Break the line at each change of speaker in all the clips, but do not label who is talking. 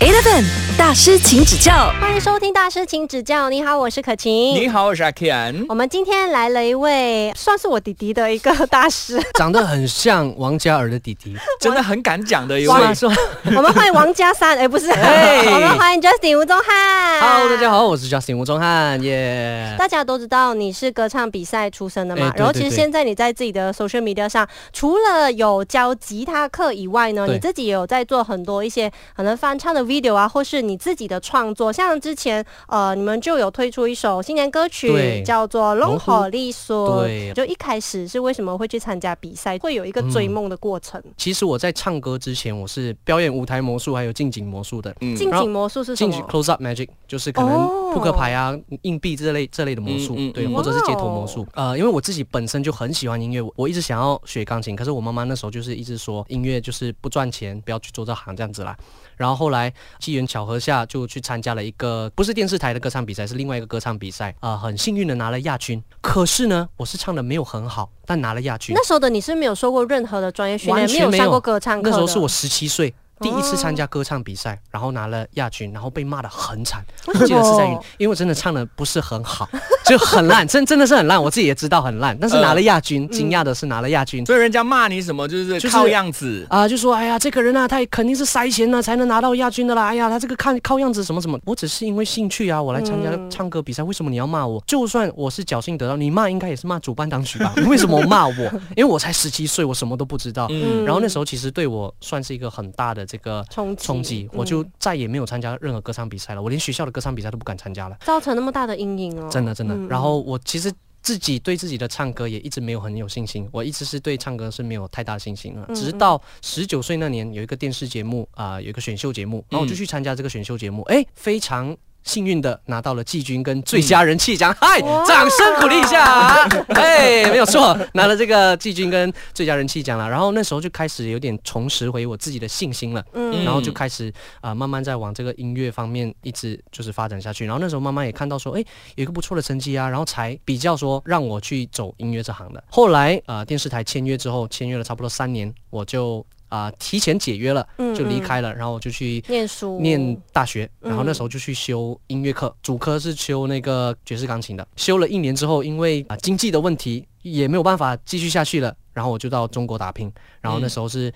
Eleven 大师，请指教。
欢迎收听大师，请指教。你好，我是可晴。
你好，我是阿 Ken
我。们今天来了一位算是我弟弟的一个大 师，
长得很像王嘉尔的弟弟，
真的很敢讲的一
是
位。
吗？是吗
我们欢迎王家三，哎，不是，
哎
我们欢迎 Justin 吴宗翰。
？Hello，大家。好，我是 Justin 吴宗翰，耶、
大家都知道你是歌唱比赛出身的嘛，
哎对
然后其
对
实
对
现在你在自己的 social media 上，除了有教吉他课以外呢，
对
你自己也有在做很多一些可能翻唱的 video 啊，或是你自己的创作，像之前呃你们就有推出一首新年歌曲
对
叫做《龙
龙虎
火利索》，
对
就一开始是为什么会去参加比赛，会有一个追梦的过程。
其实我在唱歌之前，我是表演舞台魔术还有近景魔术的。
嗯
近
然后
景魔术是什
近
么
景？close up magic 就是可能
哦
扑克牌啊、硬币这类这类的魔术，
嗯嗯
对，
嗯
或者是街头魔术。
哦
呃，因为我自己本身就很喜欢音乐，我我一直想要学钢琴，可是我妈妈那时候就是一直说音乐就是不赚钱，不要去做这行这样子啦。然后后来机缘巧合下就去参加了一个不是电视台的歌唱比赛，是另外一个歌唱比赛，呃，很幸运的拿了亚军。可是呢，我是唱的没有很好，但拿了亚军
那。时候的你是没有受过任何的专业训
完
练，
全
有
没
上
有
过歌唱课
那
的。哦
时候是我十七岁。第一次参加歌唱比赛，然后拿了亚军，然后被骂的很惨。
为什么
我记得是在云，因为我真的唱的不是很好， 就很烂，真真的是很烂，我自己也知道很烂。但是拿了亚军，惊讶的是拿了亚
嗯
军
所以人家骂你什么，就是
是
靠样子。
啊、就说哎呀，这个人啊，他也肯定是塞钱了才能拿到亚军的啦。哎呀，他这个看靠样子什么什么，我只是因为兴趣啊，我来参加
嗯
唱歌比赛，为什么你要骂我？就算我是侥幸得到，你骂应该也是骂主办当局吧？ 你为什么骂我？因为我才十七岁，我什么都不知道。
嗯
然后那时候其实对我算是一个很大的这个
冲击
冲击，我
嗯
就再也没有参加任何歌唱比赛了，我连学校的歌唱比赛都不敢参加了，
造成那么大的阴影哦。
真的真的
嗯。
然后我其实自己对自己的唱歌也一直没有很有信心，我一直是对唱歌是没有太大信心的
嗯。
直到十九岁那年有一个电视节目啊、有一个选秀节
嗯
目，然后我就去参加这个选秀节目，哎，非常。幸运的拿到了季军跟最佳人气奖，嗨
嗯哇，
掌声鼓励一下！ 哎，没有错，拿了这个季军跟最佳人气奖了。然后那时候就开始有点重拾回我自己的信心了。
嗯
然后就开始啊、呃慢慢在往这个音乐方面一直就是发展下去。然后那时候妈妈也看到说，哎，有一个不错的成绩啊，然后才比较说让我去走音乐这行的。后来啊、呃电视台签约之后，签约了差不多三年，我就啊、提前解约了，
嗯
就
嗯
离开了，然后我就去。
念书，
念大学，然后
嗯
那时候就去修音乐课，主科是修那个爵士钢琴的。修了一年之后，因为啊、经济的问题也没有办法继续下去了，然后我就到中国打
嗯
拼。然后那时候是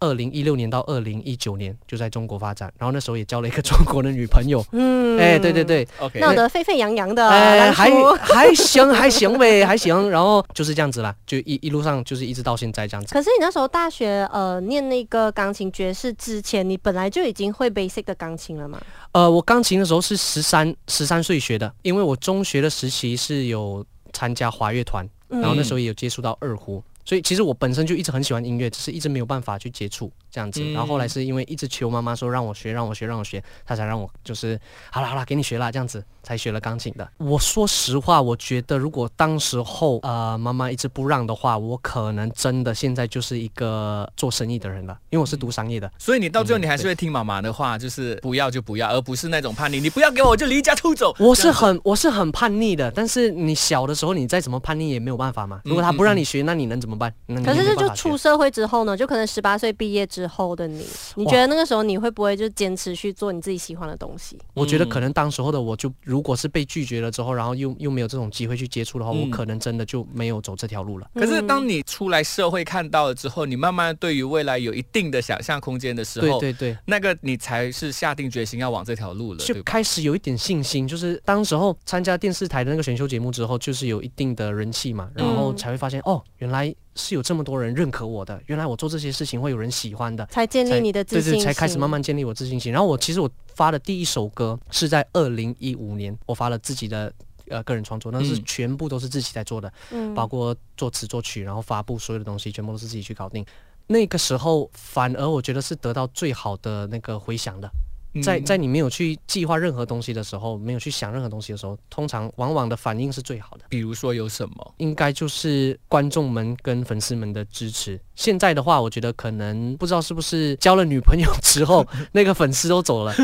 二零一六年到二零一九年就在中国发展，然后那时候也交了一个中国的女朋友。
嗯
哎，对对，对，
OK，
闹得沸沸扬扬的，啊
哎，
当
还
初
还行还行呗，还行。然后就是这样子啦，就一一路上就是一直到现在这样子。
可是你那时候大学呃念那个钢琴爵士之前，你本来就已经会 basic 的钢琴了嘛？
呃，我钢琴的时候是十三十三岁学的，因为我中学的时期是有参加华乐团，然后那时候也有接触到二胡，所以其实我本身就一直很喜欢音乐，只是一直没有办法去接触这样子。
嗯
然后后来是因为一直求妈妈说让我学，让我学，让我学，她才让我就是好啦好啦，给你学啦这样子，才学了钢琴的。我说实话，我觉得如果当时候呃妈妈一直不让的话，我可能真的现在就是一个做生意的人了，因为我是读商业的。
所以你到最后你还是
嗯对
会听妈妈的话，就是不要就不要，而不是那种叛逆，你不要给我我就离家出走。
我是
这样子
很我是很叛逆的，但是你小的时候你再怎么叛逆也没有办法嘛。如果他不让你学，那你能怎么办？那你
可
也
是
嗯没
这
办
就
法学
出社会之后呢，就可能十八岁毕业之后的你，你觉得那个时候你会不会就坚持去做你自己喜欢的东西？
我觉得可能当时候的我就，如果是被拒绝了之后，然后又又没有这种机会去接触的话，
嗯
我可能真的就没有走这条路了。
可是当你出来社会看到了之后，你慢慢对于未来有一定的想象空间的时
对
候，
对对，
那个你才是下定决心要往这条路了，对
就
吧？
开始有一点信心，就是当时候参加电视台的那个选秀节目之后，就是有一定的人气嘛，然后
嗯
才会发现、哦，原来是有这么多人认可我的，原来我做这些事情会有人喜欢的，
才建立
才
你的自嗯信
对对，
心
才开始慢慢建立我自信心。然后我其实我发的第一首歌是在二零一五年，我发了自己的呃个人创作，那是
嗯
全部都是自己在做的，
嗯
包括作词作曲，然后发布所有的东西，全部都是自己去搞定。那个时候，反而我觉得是得到最好的那个回响的。
嗯
在在你没有去计划任何东西的时候，没有去想任何东西的时候，通常往往的反应是最好的。
比如说有什么？
应该就是观众们跟粉丝们的支持。现在的话，我觉得可能不知道是不是交了女朋友 之后，那个粉丝都走了。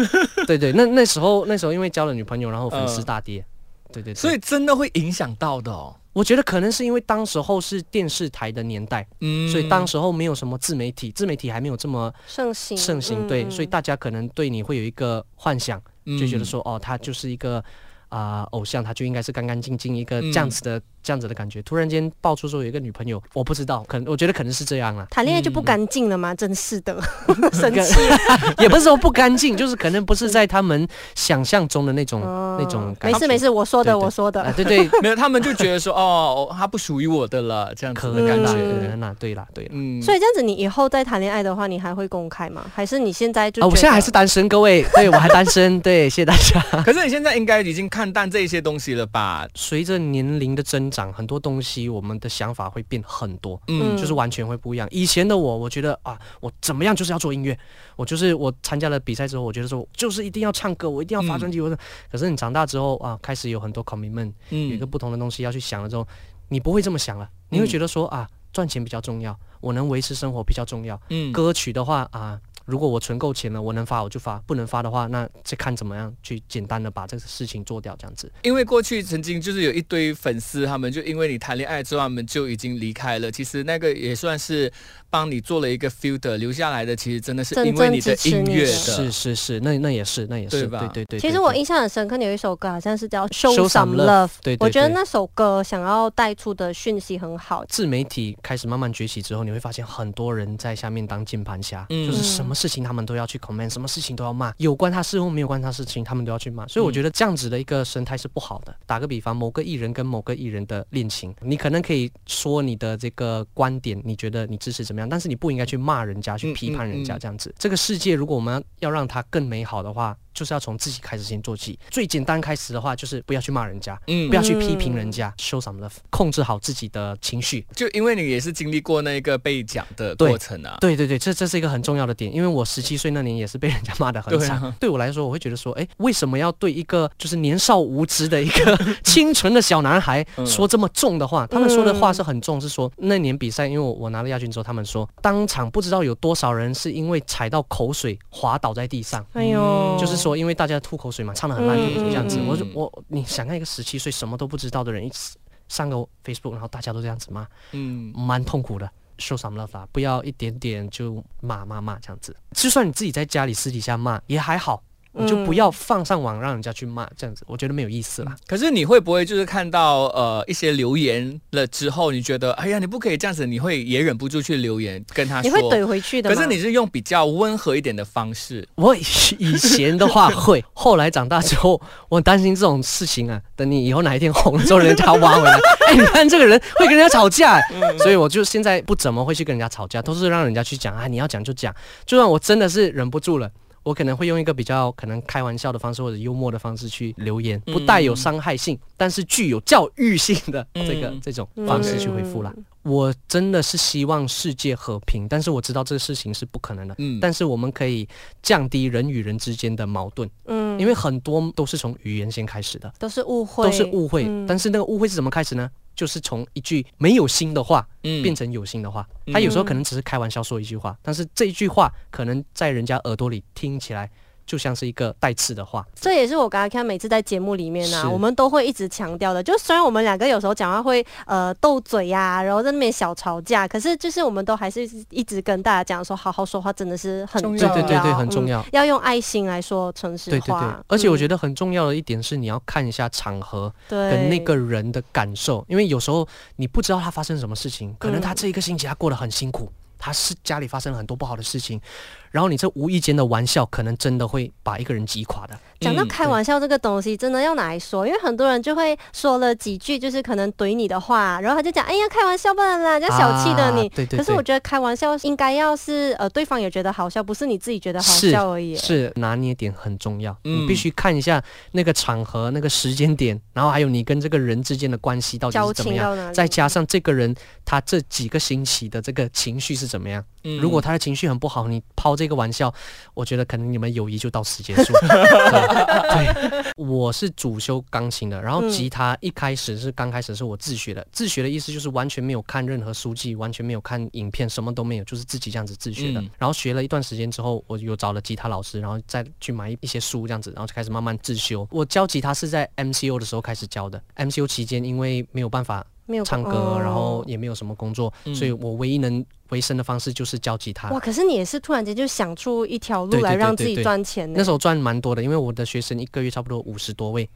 对对，那那时候那时候因为交了女朋友，然后粉丝大跌。对对对，
呃所以真的会影响到的哦。
我觉得可能是因为当时候是电视台的年代，
嗯
所以当时候没有什么自媒体，自媒体还没有这么
盛行嗯
盛行，对，所以
以，
大家可能对你会有一个幻想，就觉得
嗯
说哦，他就是一个啊、偶像，他就应该是干干净净一个这样子的、这样子的感觉。突然间爆出说有一个女朋友，我不知道，可能我觉得可能是这样啊啦
谈恋爱就不干净了吗？真是的， 生气
也不是说不干净，就是可能不是在他们想象中的那种、
哦
那种感
没
觉。
事没事，我说
对
的
对
我说
啊，
的，
对对，
嗯没有，他们就觉得说，哦，他不属于我的了，这样
可
子
能
的感
嗯
啦，
觉。
可能啦，对啦，对啦。
嗯，
所以这样子，你以后再谈恋爱的话，你还会公开吗？还是你现在就
啊，我
觉
现在还
得
是单身，各位， 对我还单身，对，谢谢大家。
可是你现在应该已经看淡这些东西了吧？
随着年龄的增长，很多东西我们的想法会变很多，
嗯
就是完全会不一样。以前的我，我觉得啊，我怎么样就是要做音乐，我就是我参加了比赛之后，我觉得说就是一定要唱歌，我一定要发专辑。我的，可是你长大之后啊，开始有很多 commitment，有一
嗯嗯
个不同的东西要去想了之后，你不会这么想了，你会觉得说啊，赚钱比较重要，我能维持生活比较重要。
嗯，
歌曲的话啊。如果我存够钱了，我能发我就发，不能发的话，那再看怎么样去简单的把这个事情做掉，这样子。
因为过去曾经就是有一堆粉丝，他们就因为你谈恋爱之后，他们就已经离开了。其实那个也算是帮你做了一个 filter，留下来的其实真的是因为的音乐的。
是是是，那那也是那也是，
对
对
吧
对对对。
其实我
对
印象很深刻，有一首歌好像是叫《Show
Show
Some
Some
Love》，
对对
我觉得
对
那首歌想要带出的讯息很好。
自媒体开始慢慢崛起之后，你会发现很多人在下面当键盘侠，
嗯
就是什么事情他们都要去 comment，什么事情都要骂，有关他事或没有关他事情，他们都要去骂。
嗯
所以我觉得这样子的一个生态是不好的。打个比方，某个艺人跟某个艺人的恋情，你可能可以说你的这个观点，你觉得你支持怎么样，但是你不应该去骂人家，去
嗯
批判人家
嗯嗯
这样子。这个世界如果我们要让它更美好的话，就是要从自己开始先做起。最简单开始的话，就是不要去骂人家，
嗯
不，要去批评人家，show some love，控制好自己的情绪。
就因为你也是经历过那个被讲的
对
过程啊。
对对对，这这是一个很重要的点，因为我十七岁那年也是被人家骂得很
对
惨。
啊
对我来说，我会觉得说，哎，为什么要对一个就是年少无知的一个 清纯的小男孩
嗯
说这么重的话？他们说的话是很重，是说那年比赛，因为我我拿了亚军之后，他们说当场不知道有多少人是因为踩到口水滑倒在地上。
哎呦，
嗯就是说，因为大家吐口水嘛，唱的很烂，
嗯
就是这样子。
嗯
我就
嗯
我，你想看一个十七岁什么都不知道的人，一直上个 Facebook，然后大家都这样子骂，
嗯，
蛮痛苦的。受伤了啦，不要一点点就骂骂骂这样子。就算你自己在家里私底下骂也还好，你就
嗯
不要放上网让人家去骂这样子，我觉得没有意思啦。
可是你会不会就是看到呃一些留言了之后，你觉得哎呀你不可以这样子，你会也忍不住去留言跟他
你
说。
会怼回去的
可
吗。
是你是用比较温和一点的方式，
我以以前的话会，后来长大之后，我担心这种事情啊。等你以后哪一天红了之后，人家挖回来，哎、你看这个人会跟人家吵架、所以我就现在不怎么会去跟人家吵架，都是让人家去讲啊，你要讲就讲。就算我真的是忍不住了。我可能会用一个比较可能开玩笑的方式或者幽默的方式去留言，不带有伤害性，但是具有教育性的这个、
嗯
这种方式去回复啦。我真的是希望世界和平，但是我知道这个事情是不可能的。
嗯
但是我们可以降低人与人之间的矛盾，
嗯，
因为很多都是从语言先开始的，
都是误会，
都是误会。
嗯
但是那个误会是怎么开始呢？就是从一句没有心的话
嗯
变成有心的话，他
嗯
有时候可能只是开玩笑说一句话，但是这一句话可能在人家耳朵里听起来就像是一个带刺的话。
这也是我刚刚看每次在节目里面啊，
是
我们都会一直强调的。就虽然我们两个有时候讲话会呃斗嘴呀、然后在那边小吵架，可是就是我们都还是一直跟大家讲说，好好说话真的是很重
重
对
要
要，
对对对，很重
嗯
要。
要用爱心来说城市
对对对
话，，
而且我觉
得
得很重要的一点是，你要看一下场合
对
跟那个人的感受，因为有时候你不知道他发生什么事情，可能
嗯
他这一个星期他过得很辛苦，他是家里发生了很多不好的事情，然后你这无意间的玩笑，可能真的会把一个人击垮的。
讲到
嗯
开玩笑这个东西，真的要拿来说，因为很多人就会说了几句，就是可能怼你的话，然后他就讲，哎呀，开玩笑罢了啦，人家小气的你。
啊对对对
可是我觉得开玩笑应该要是呃对方也觉得好笑，不是你自己觉得好
是
笑而已。
是拿捏点很重要，
嗯
你必须看一下那个场合、那个时间点，然后还有你跟这个人之间的关系到底
交
啊是怎么
情
样，
到哪里？
再加上这个人他这几个星期的这个情绪是怎么样。
嗯
如果他的情绪很不好，你抛这个玩笑，我觉得可能你们友谊就到此结 束。对对，我是主修钢琴的，然后
嗯
吉他一开始是刚开始是我自学的，自学的意思就是完全没有看任何书籍，完全没有看影片，什么都没有，就是自己这样子自学的。
嗯
然后学了一段时间之后，我有找了吉他老师，然后再去买一些书这样子，然后就开始慢慢自修。我教吉他是在 MCO 的时候开始教的，MCO 期间因为没有办法
没有
唱歌
哦，
然后也没有什么工作，
嗯
所以我唯一能维生的方式就是教吉他
哇，。可是你也是突然间就想出一条
对
路
啊对
来
对
让
对
自己
对
赚钱呢？
那时候赚蛮多的，因为我的学生一个月差不多五十多位，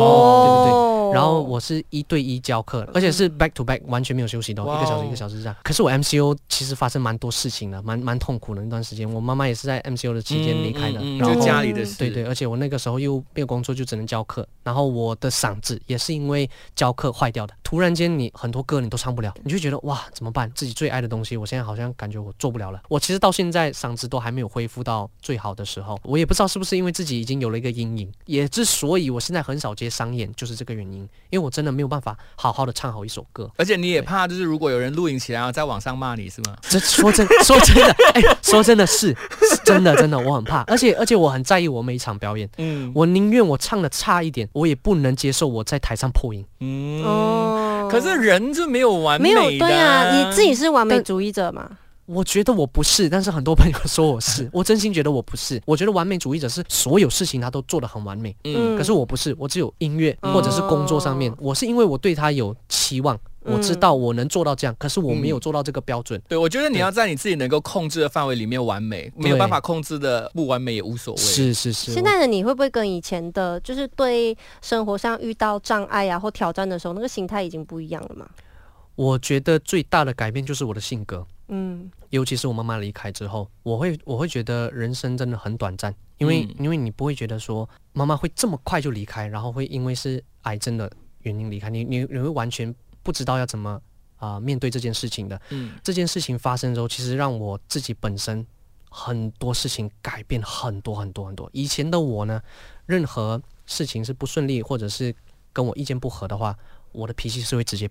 哦，嗯
然后我是一对一教课，而且是 back to back，完全没有休息的哦，
哇哦
一个小时一个小时这样。可是我 MCO 其实发生蛮多事情的，蛮蛮痛苦的那段时间。我妈妈也是在 MCO 的期间离开的，
嗯嗯嗯
然
就
后
家里的事，
对对，而且我那个时候又没有工作，就只能教课。然后我的嗓子也是因为教课坏掉的。突然间，你很多歌你都唱不了，你就觉得哇，怎么办？自己最爱的东西，我现在好像感觉我做不了了。我其实到现在嗓子都还没有恢复到最好的时候，我也不知道是不是因为自己已经有了一个阴影。也之所以我现在很少接商演，就是这个原因，因为我真的没有办法好好的唱好一首歌。
而且你也怕，就是如果有人录影起来，然后在网上骂你是吗？
这说真说真的，哎，说真的是是真的真的，我很怕，而且而且我很在意我每一场表演。
嗯
我宁愿我唱的差一点，我也不能接受我在台上破音。
嗯。
哦，
可是人就没有完
没
美的、
有对啊，你自己是完美
但
主义者嘛？
我觉得我不是，但是很多朋友说 我是，我真心觉得我不是。我觉得完美主义者是所有事情他都做得很完美，
嗯
可是我不是，我只有音乐或者是工作上面，
哦
我是因为我对他有期望，我
嗯
知道我能做到这样，可是我没有做到这个标准。
对，我觉得你要在你自己能够控制的范围里面完美，没有办法控制的不完美也无所谓。，
是是是，
现在的你会不会跟以前的，就是对生活上遇到障碍啊或挑战的时候，那个心态已经不一样了嘛？
我我觉得最大的改变就是我的性格。
嗯，
尤其是我妈妈离开之后，我会我会觉得人生真的很短暂，因为、
嗯
因为你不会觉得说妈妈会这么快就离开，然后会因为是癌症的原因离开，你你你会完全不知道要怎么啊、面对这件事情的。
嗯
这件事情发生之后，其实让我自己本身很多事情改变很多很多很多。以前的我呢，任何事情是不顺利或者是跟我意见不合的话，我的脾气是会直接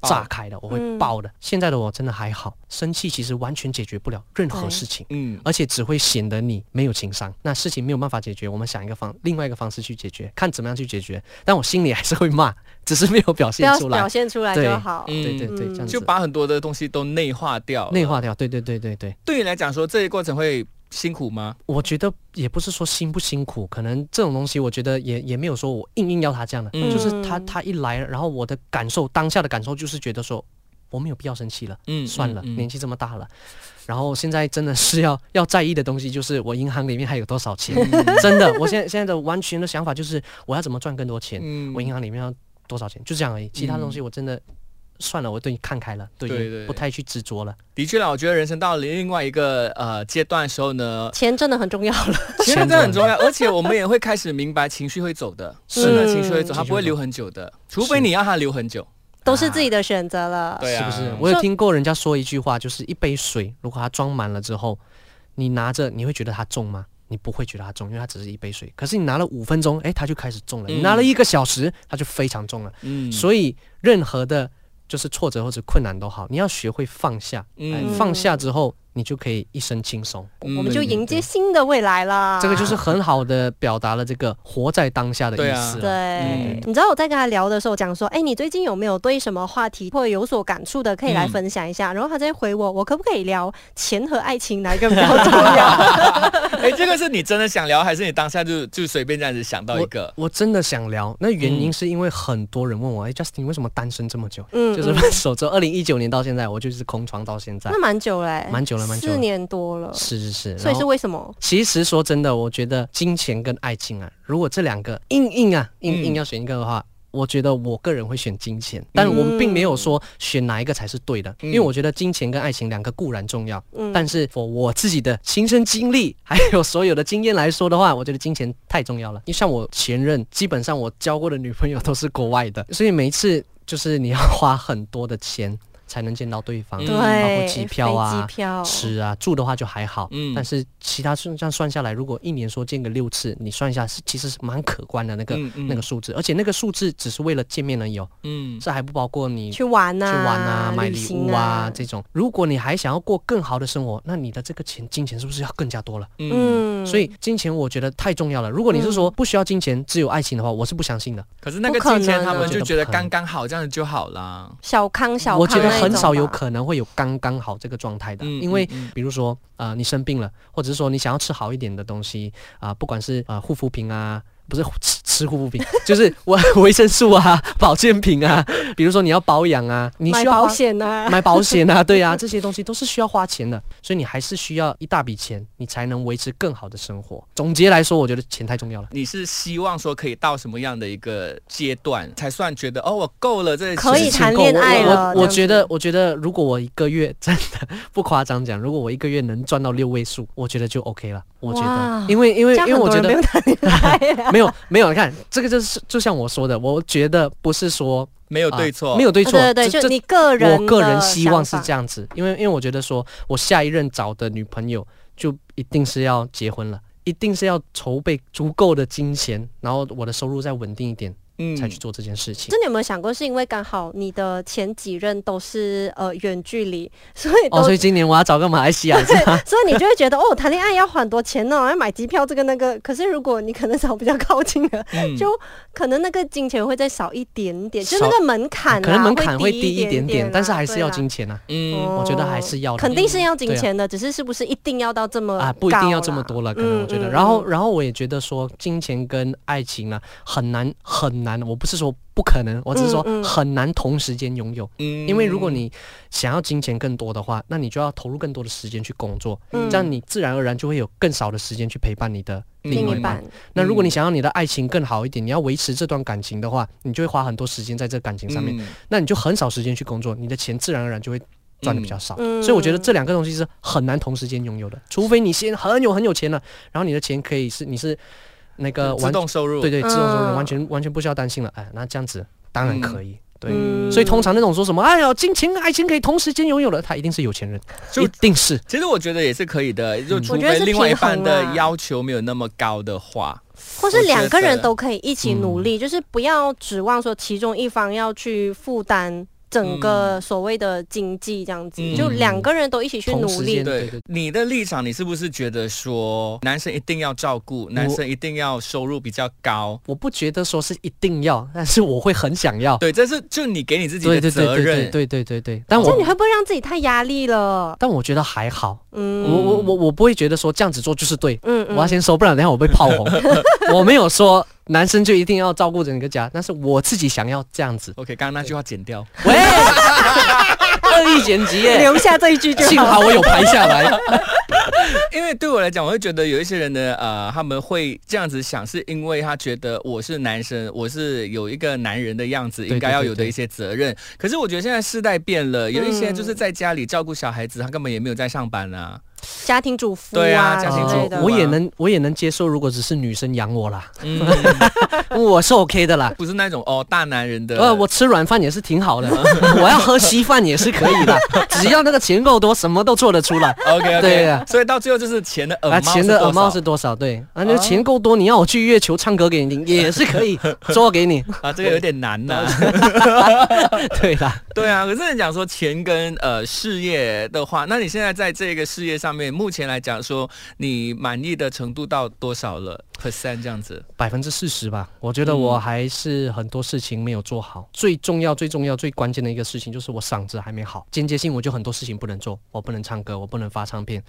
啊
炸开
嗯
的，我会爆的。现在的我真的还好，生气其实完全解决不了任何
对
事情。
嗯，
而且只会显得你没有情商。那事情没有办法解决，我们想一个方，另外一个方式去解决，看怎么样去解决。但我心里还是会骂，只是没有表
不
现
要
出
表
来。
现出来
对
就好。
嗯
对对对，这样
就
子
把很多的东西都内化掉。
内化掉。对对对对对，
对你来讲说，这一过程会辛苦吗？
我觉得也不是说辛不辛苦，可能这种东西，我觉得也也没有说我硬硬要他这样的，
嗯
就是他他一来，然后我的感受，当下的感受就是觉得说我没有必要生气了。
嗯
算了，
嗯嗯
年纪这么大了，然后现在真的是要 要在意的东西就是我银行里面还有多少钱，
嗯
真的，我现在现在的完全的想法就是我要怎么赚更多钱，
嗯
我银行里面要多少钱，就这样而已，其他东西我真的。算了，我对你看开了，对
对
你
对
不太去执着了。
的确啦，我觉得人生到了另外一个呃阶段的时候呢，
钱真的很重要了，
其实真的很重要，而且我 们也会开始明白情绪会走的，
是
真的
嗯
情绪会走，它
情绪
不会
会走
留很久的，除非你要它留很久。
都是自己的选择了。
对啊，
是不是？我有听过人家说一句话，就是一杯水，如果它装满了之后，你拿着，你会觉得它重吗？你不会觉得它重，因为它只是一杯水。可是你拿了五分钟，哎，它就开始重了；你
嗯
拿了一个小时，它就非常重了。
嗯
所以任何的，就是挫折或者困难都好，你要学会放下。
嗯
哎放下之后，你就可以一身轻松。
嗯
我们就
对对
迎接新的未来了。
这个就是很好的表达了这个活在当下的
对
意
啊
思
对
了。，
嗯
你知道我在跟他聊的时候讲说，哎、你最近有没有对什么话题或者有所感触的，可以来
嗯
分享一下？然后他在回我，我可不可以聊钱和爱情哪一个比较重 要？
哎、这个是你真的想聊，还是你当下就就随便这样子想到一个？
我真的想聊，那原因是因为很多人问我，哎、j u s t i n 为什么单身这么久？
嗯，
就是
嗯
分手之后，二零一九年到现在，我就是空窗到现在
那，蛮久嘞、
蛮久了，蛮久
四
了。
年多了，
是是是，
嗯所以
然
是
后
为什么？
其实说真的，我觉得金钱跟爱情啊，如果这两个硬硬啊硬硬
嗯
要选一个的话，我觉得我个人会选金钱，但我们并没有说选哪一个才是对的，
嗯
因为我觉得金钱跟爱情两个固然重要，
嗯，
但是我我自己的亲身经历还有所有的经验来说的话，我觉得金钱太重要了。因为像我前任，基本上我交过的女朋友都是国外的，所以每一次就是你要花很多的钱。才能见到对方，
嗯
对，
包括机
飞
票啊
机票
吃啊住的话就还好，
嗯
但是其他算这样算下来，如果一年说见个六次，你算一下是其实是蛮可观的那个、
嗯嗯
那个数字，而且那个数字只是为了见面而已哦，
嗯
这还不包括你
去玩呐、
去玩啊、买
旅
礼
行
物啊
啊，
这种。如果你还想要过更好的生活，那你的这个钱金钱是不是要更加多了？
嗯。
嗯，
所以金钱我觉得太重要了。如果你是说不需要金钱，只有爱情的话，我是不相信的。
可是那个
不可
金钱
能
他
啊
们就觉
我觉
得
得不可能
刚刚好，这样就好啦。
小康小康，
我觉得很少有。可能会有刚刚好这个状态的，
嗯
因为
嗯嗯
比如说呃你生病了，或者是说你想要吃好一点的东西啊、不管是呃护肤品啊。不是 吃吃护肤品，就是我 维生素啊、 保健品啊，比如说你要保养啊，你
买
需要花
保险呐、
买保险 啊，对啊，这些东西都是需要花钱的，所以你还是需要一大笔钱，你才能维持更好的生活。总结来说，我觉得钱太重要了。
你是希望说可以到什么样的一个阶段，才算觉得哦，我够了这
可以
钱
谈
够
恋爱了这
我我我
样
觉
子
得，我觉得如果我一个月真的不夸张讲，如果我一个月能赚到六位数，我觉得就 OK 了。我觉
哇
得，因为因为
这
因
样很
为我
多人
觉得。
不用谈恋爱、 啊
没有没有，你看这个就是就像我说的，我觉得不是说
没有
啊
对错，
没有对错，
对对
这
对，
这
就你个人，
我个人希望是这
样。
样子，因为因为我觉得说，我下一任找的女朋友就一定是要结婚了，一定是要筹备足够的金钱，然后我的收入再稳定一点，
嗯
才去做这件事情。
真的有没有想过，是因为刚好你的前几任都是呃远距离， 所以都、
哦，所以啊今年我要找个马来 西亚，是吧
所以你就会觉得哦，谈恋爱要花很多钱呢、要买机票这个那个。可是如果你可能找比较靠近的，
嗯
就可能那个金钱会再少一点点，就
少
那个门槛、啊、
可能门槛会
会
低一点
点
点
啦，
但是还是要
对啦
金钱啊，
嗯
哦
我觉得还是要的
肯定是要
对
金
啊
钱的，只是是不是一定要到这么
啊，不一定要
高
这么多了，
呃啦
可能我觉
嗯
得。
嗯
然后，
嗯
然后我也觉得说，金钱跟爱情呢、很难很难，我不是说不可能，我只是说
嗯嗯
很难同时间拥有。
嗯
因为如果你想要金钱更多的话，那你就要投入更多的时间去工作，
嗯
这样你自然而然就会有更少的时间去陪伴你的另
另
外
一
一半
半。，嗯
那如果你想要你的爱情更好一点，你要维持这段感情的话，你就会花很多时间在这感情上面，
嗯
那你就很少时间去工作，你的钱自然而然就会赚的比较少。
嗯
所以我觉得这两个东西是很难同时间拥有的，除非你先很有很有钱了，然后你的钱可以是你是那个
嗯自
完
动收入，
对对自动收入
嗯
完全完全不需要担心了，哎，那这样子当然可以，对。
嗯
所以通常那种说什么“哎呀，金钱、爱情可以同时间拥有的”，他一定是有钱人，
就
一定是。
其实我觉得也是可以的，
嗯
就除
我觉得
非
是
另外一半
平衡
啊
的
啦
要求没有那么高的话，
或是
我觉
两个人
得
都可以一起努
嗯
力，就是不要指望说其中一方要去负担。整
嗯
个所谓的经济这样子，
嗯
就两个人都一起去
同
努
时
力
间，对
对
对
你的立场，你是不是觉得说男生一定要照顾，男生一定要收入比较高？
我不觉得说是一定要，但是我会很想要。
对，这是就你给你 自己
对
的
对对
责
对对
任。嗯
对对对对。但
这样你
我
会不会让自己太压力了？
但我觉得还好，我
嗯
我我我不会觉得说这样子做就是对，
嗯
我要先说，不然等一下我被炮轰。
嗯
我没有说男生就一定要照顾整个家，但是我自己想要这样子。
OK，刚刚那句话剪掉。
喂，恶意剪辑耶！
留下这一句就
幸
好。
好我有拍 下来。
因为对我来讲，我会觉得有一些人呢，呃，他们会这样子想，是因为他觉得我是男生，我是有一个男人的样子，
对
应该要有
对
的
对嗯
一些责任。可是我觉得现在世代变了，有一些就是在家里照顾小孩子，他根本也没有在上班啊。
家庭主妇
对啊
啊
家庭
之
主
类
妇
的，
哦我也能我也能接受，如果只是女生养 我啦，
嗯，
我是 OK 的啦。
不是那种哦大男人的。
呃，我吃软饭也是挺好的， 我要喝稀饭也是可以 的，只要那个钱够多，什么都做得出来。
OK OK，
对啊
所以到最后呃就是钱的耳
啊，
猫
钱的耳
多
帽
少哦
是多少？对，啊，那钱够多，你要我去月球唱歌给你听也是可 以，做给你。
啊，这个有点难呐、
对啦，
对啊，可是你讲说钱跟呃事业的话，那你现在在这个事业上面，目前来讲说你满意的程度到多少了 percent 这样子？
百分之四十吧，我觉得
嗯
我还是很多事情没有做好。最重要、最重要、最关键的一个事情就是我嗓子还没好，间接性我就很多事情不能做，我不能唱歌，我不能发唱片，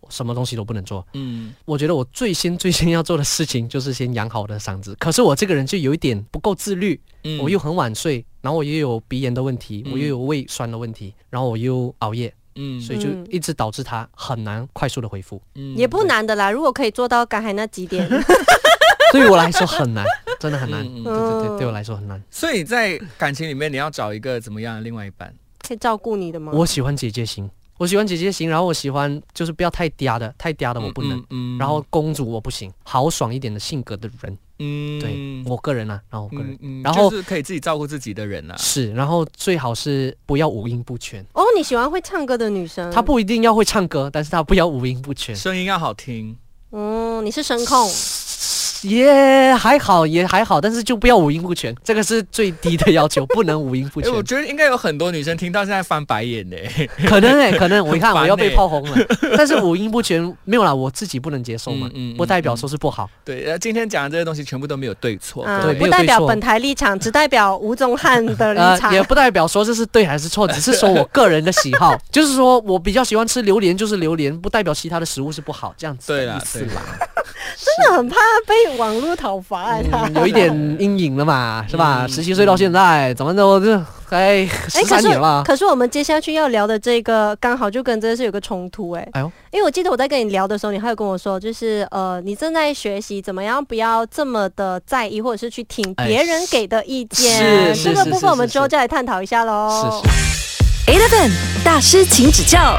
我什么东西都不能做。
嗯
我觉得我最先最先要做的事情就是先养好我的嗓子。可是我这个人就有一点不够自律，
嗯
我又很晚睡，然后我又有鼻炎的问题，
嗯
我又有胃酸的问题，然后我又熬夜，
嗯
所以就
嗯
一直导致它很难快速的恢复。
嗯
也不难的啦。如果可以做到刚才那几 点，
对于我来说很难，真的很难。
嗯嗯
对对
嗯
对，对我来说很难。
所以在感情里面，你要找一个怎么样的另外一半？
可以照顾你的吗？
我喜欢姐姐型，我喜欢姐姐型，然后我喜欢就是不要太嗲的，太嗲的我不能，
嗯，嗯
然后公主我不行，豪爽一点的性格的人。
嗯，
对、我个人啊，然后我个人
嗯，嗯，
然后
就是可以自己照顾自己的人啦、啊
是，然后最好是不要五音不全。
哦，你喜欢会唱歌的女
嗯
生？
他，不一定要会唱歌，但是他不要五音不全。
声音要好听。
嗯，你是声控，
也还好，也还好，但是就不要五音不全，这个是最低的要求，不能五音不
哎、
全
我。觉得应该有很多女生听到现在翻白眼呢、
可能哎、可能我一看
很烦
我要被
欸
炮轰了，但是五音不全没有啦，我自己不能接受嘛，
嗯嗯嗯
不代表说是不好。
对，呃，今天讲的这些东西全部都没有对错。
啊
各位
对没
不
有
代表
错啊
本台立场，只代表吴宗翰的立 场。
呃也不代表说这是对还是错，只是说我个人的喜好， 就是说我比较喜欢吃榴莲就是榴莲，不代表其他的食物是不好，这样子
对
的
啦
意思
对
啦。
真的很怕被网络讨伐、哎他
嗯有一点阴影了嘛，是吧？十七岁到现在，怎么都这哎
哎，
十
可
三
是
年了。
可是我们接下去要聊的这个，刚好就跟这是有个冲突哎、
哎呦，
因为我记得我在跟你聊的时候，你还有跟我说，就是呃，你正在学习怎么样不要这么的在意，或者是去听
哎
别人给的意见。
是
这个
是
部
是
分我们哦
是
之后再来探讨一下喽。
是是。
Eleven 大师，请指教。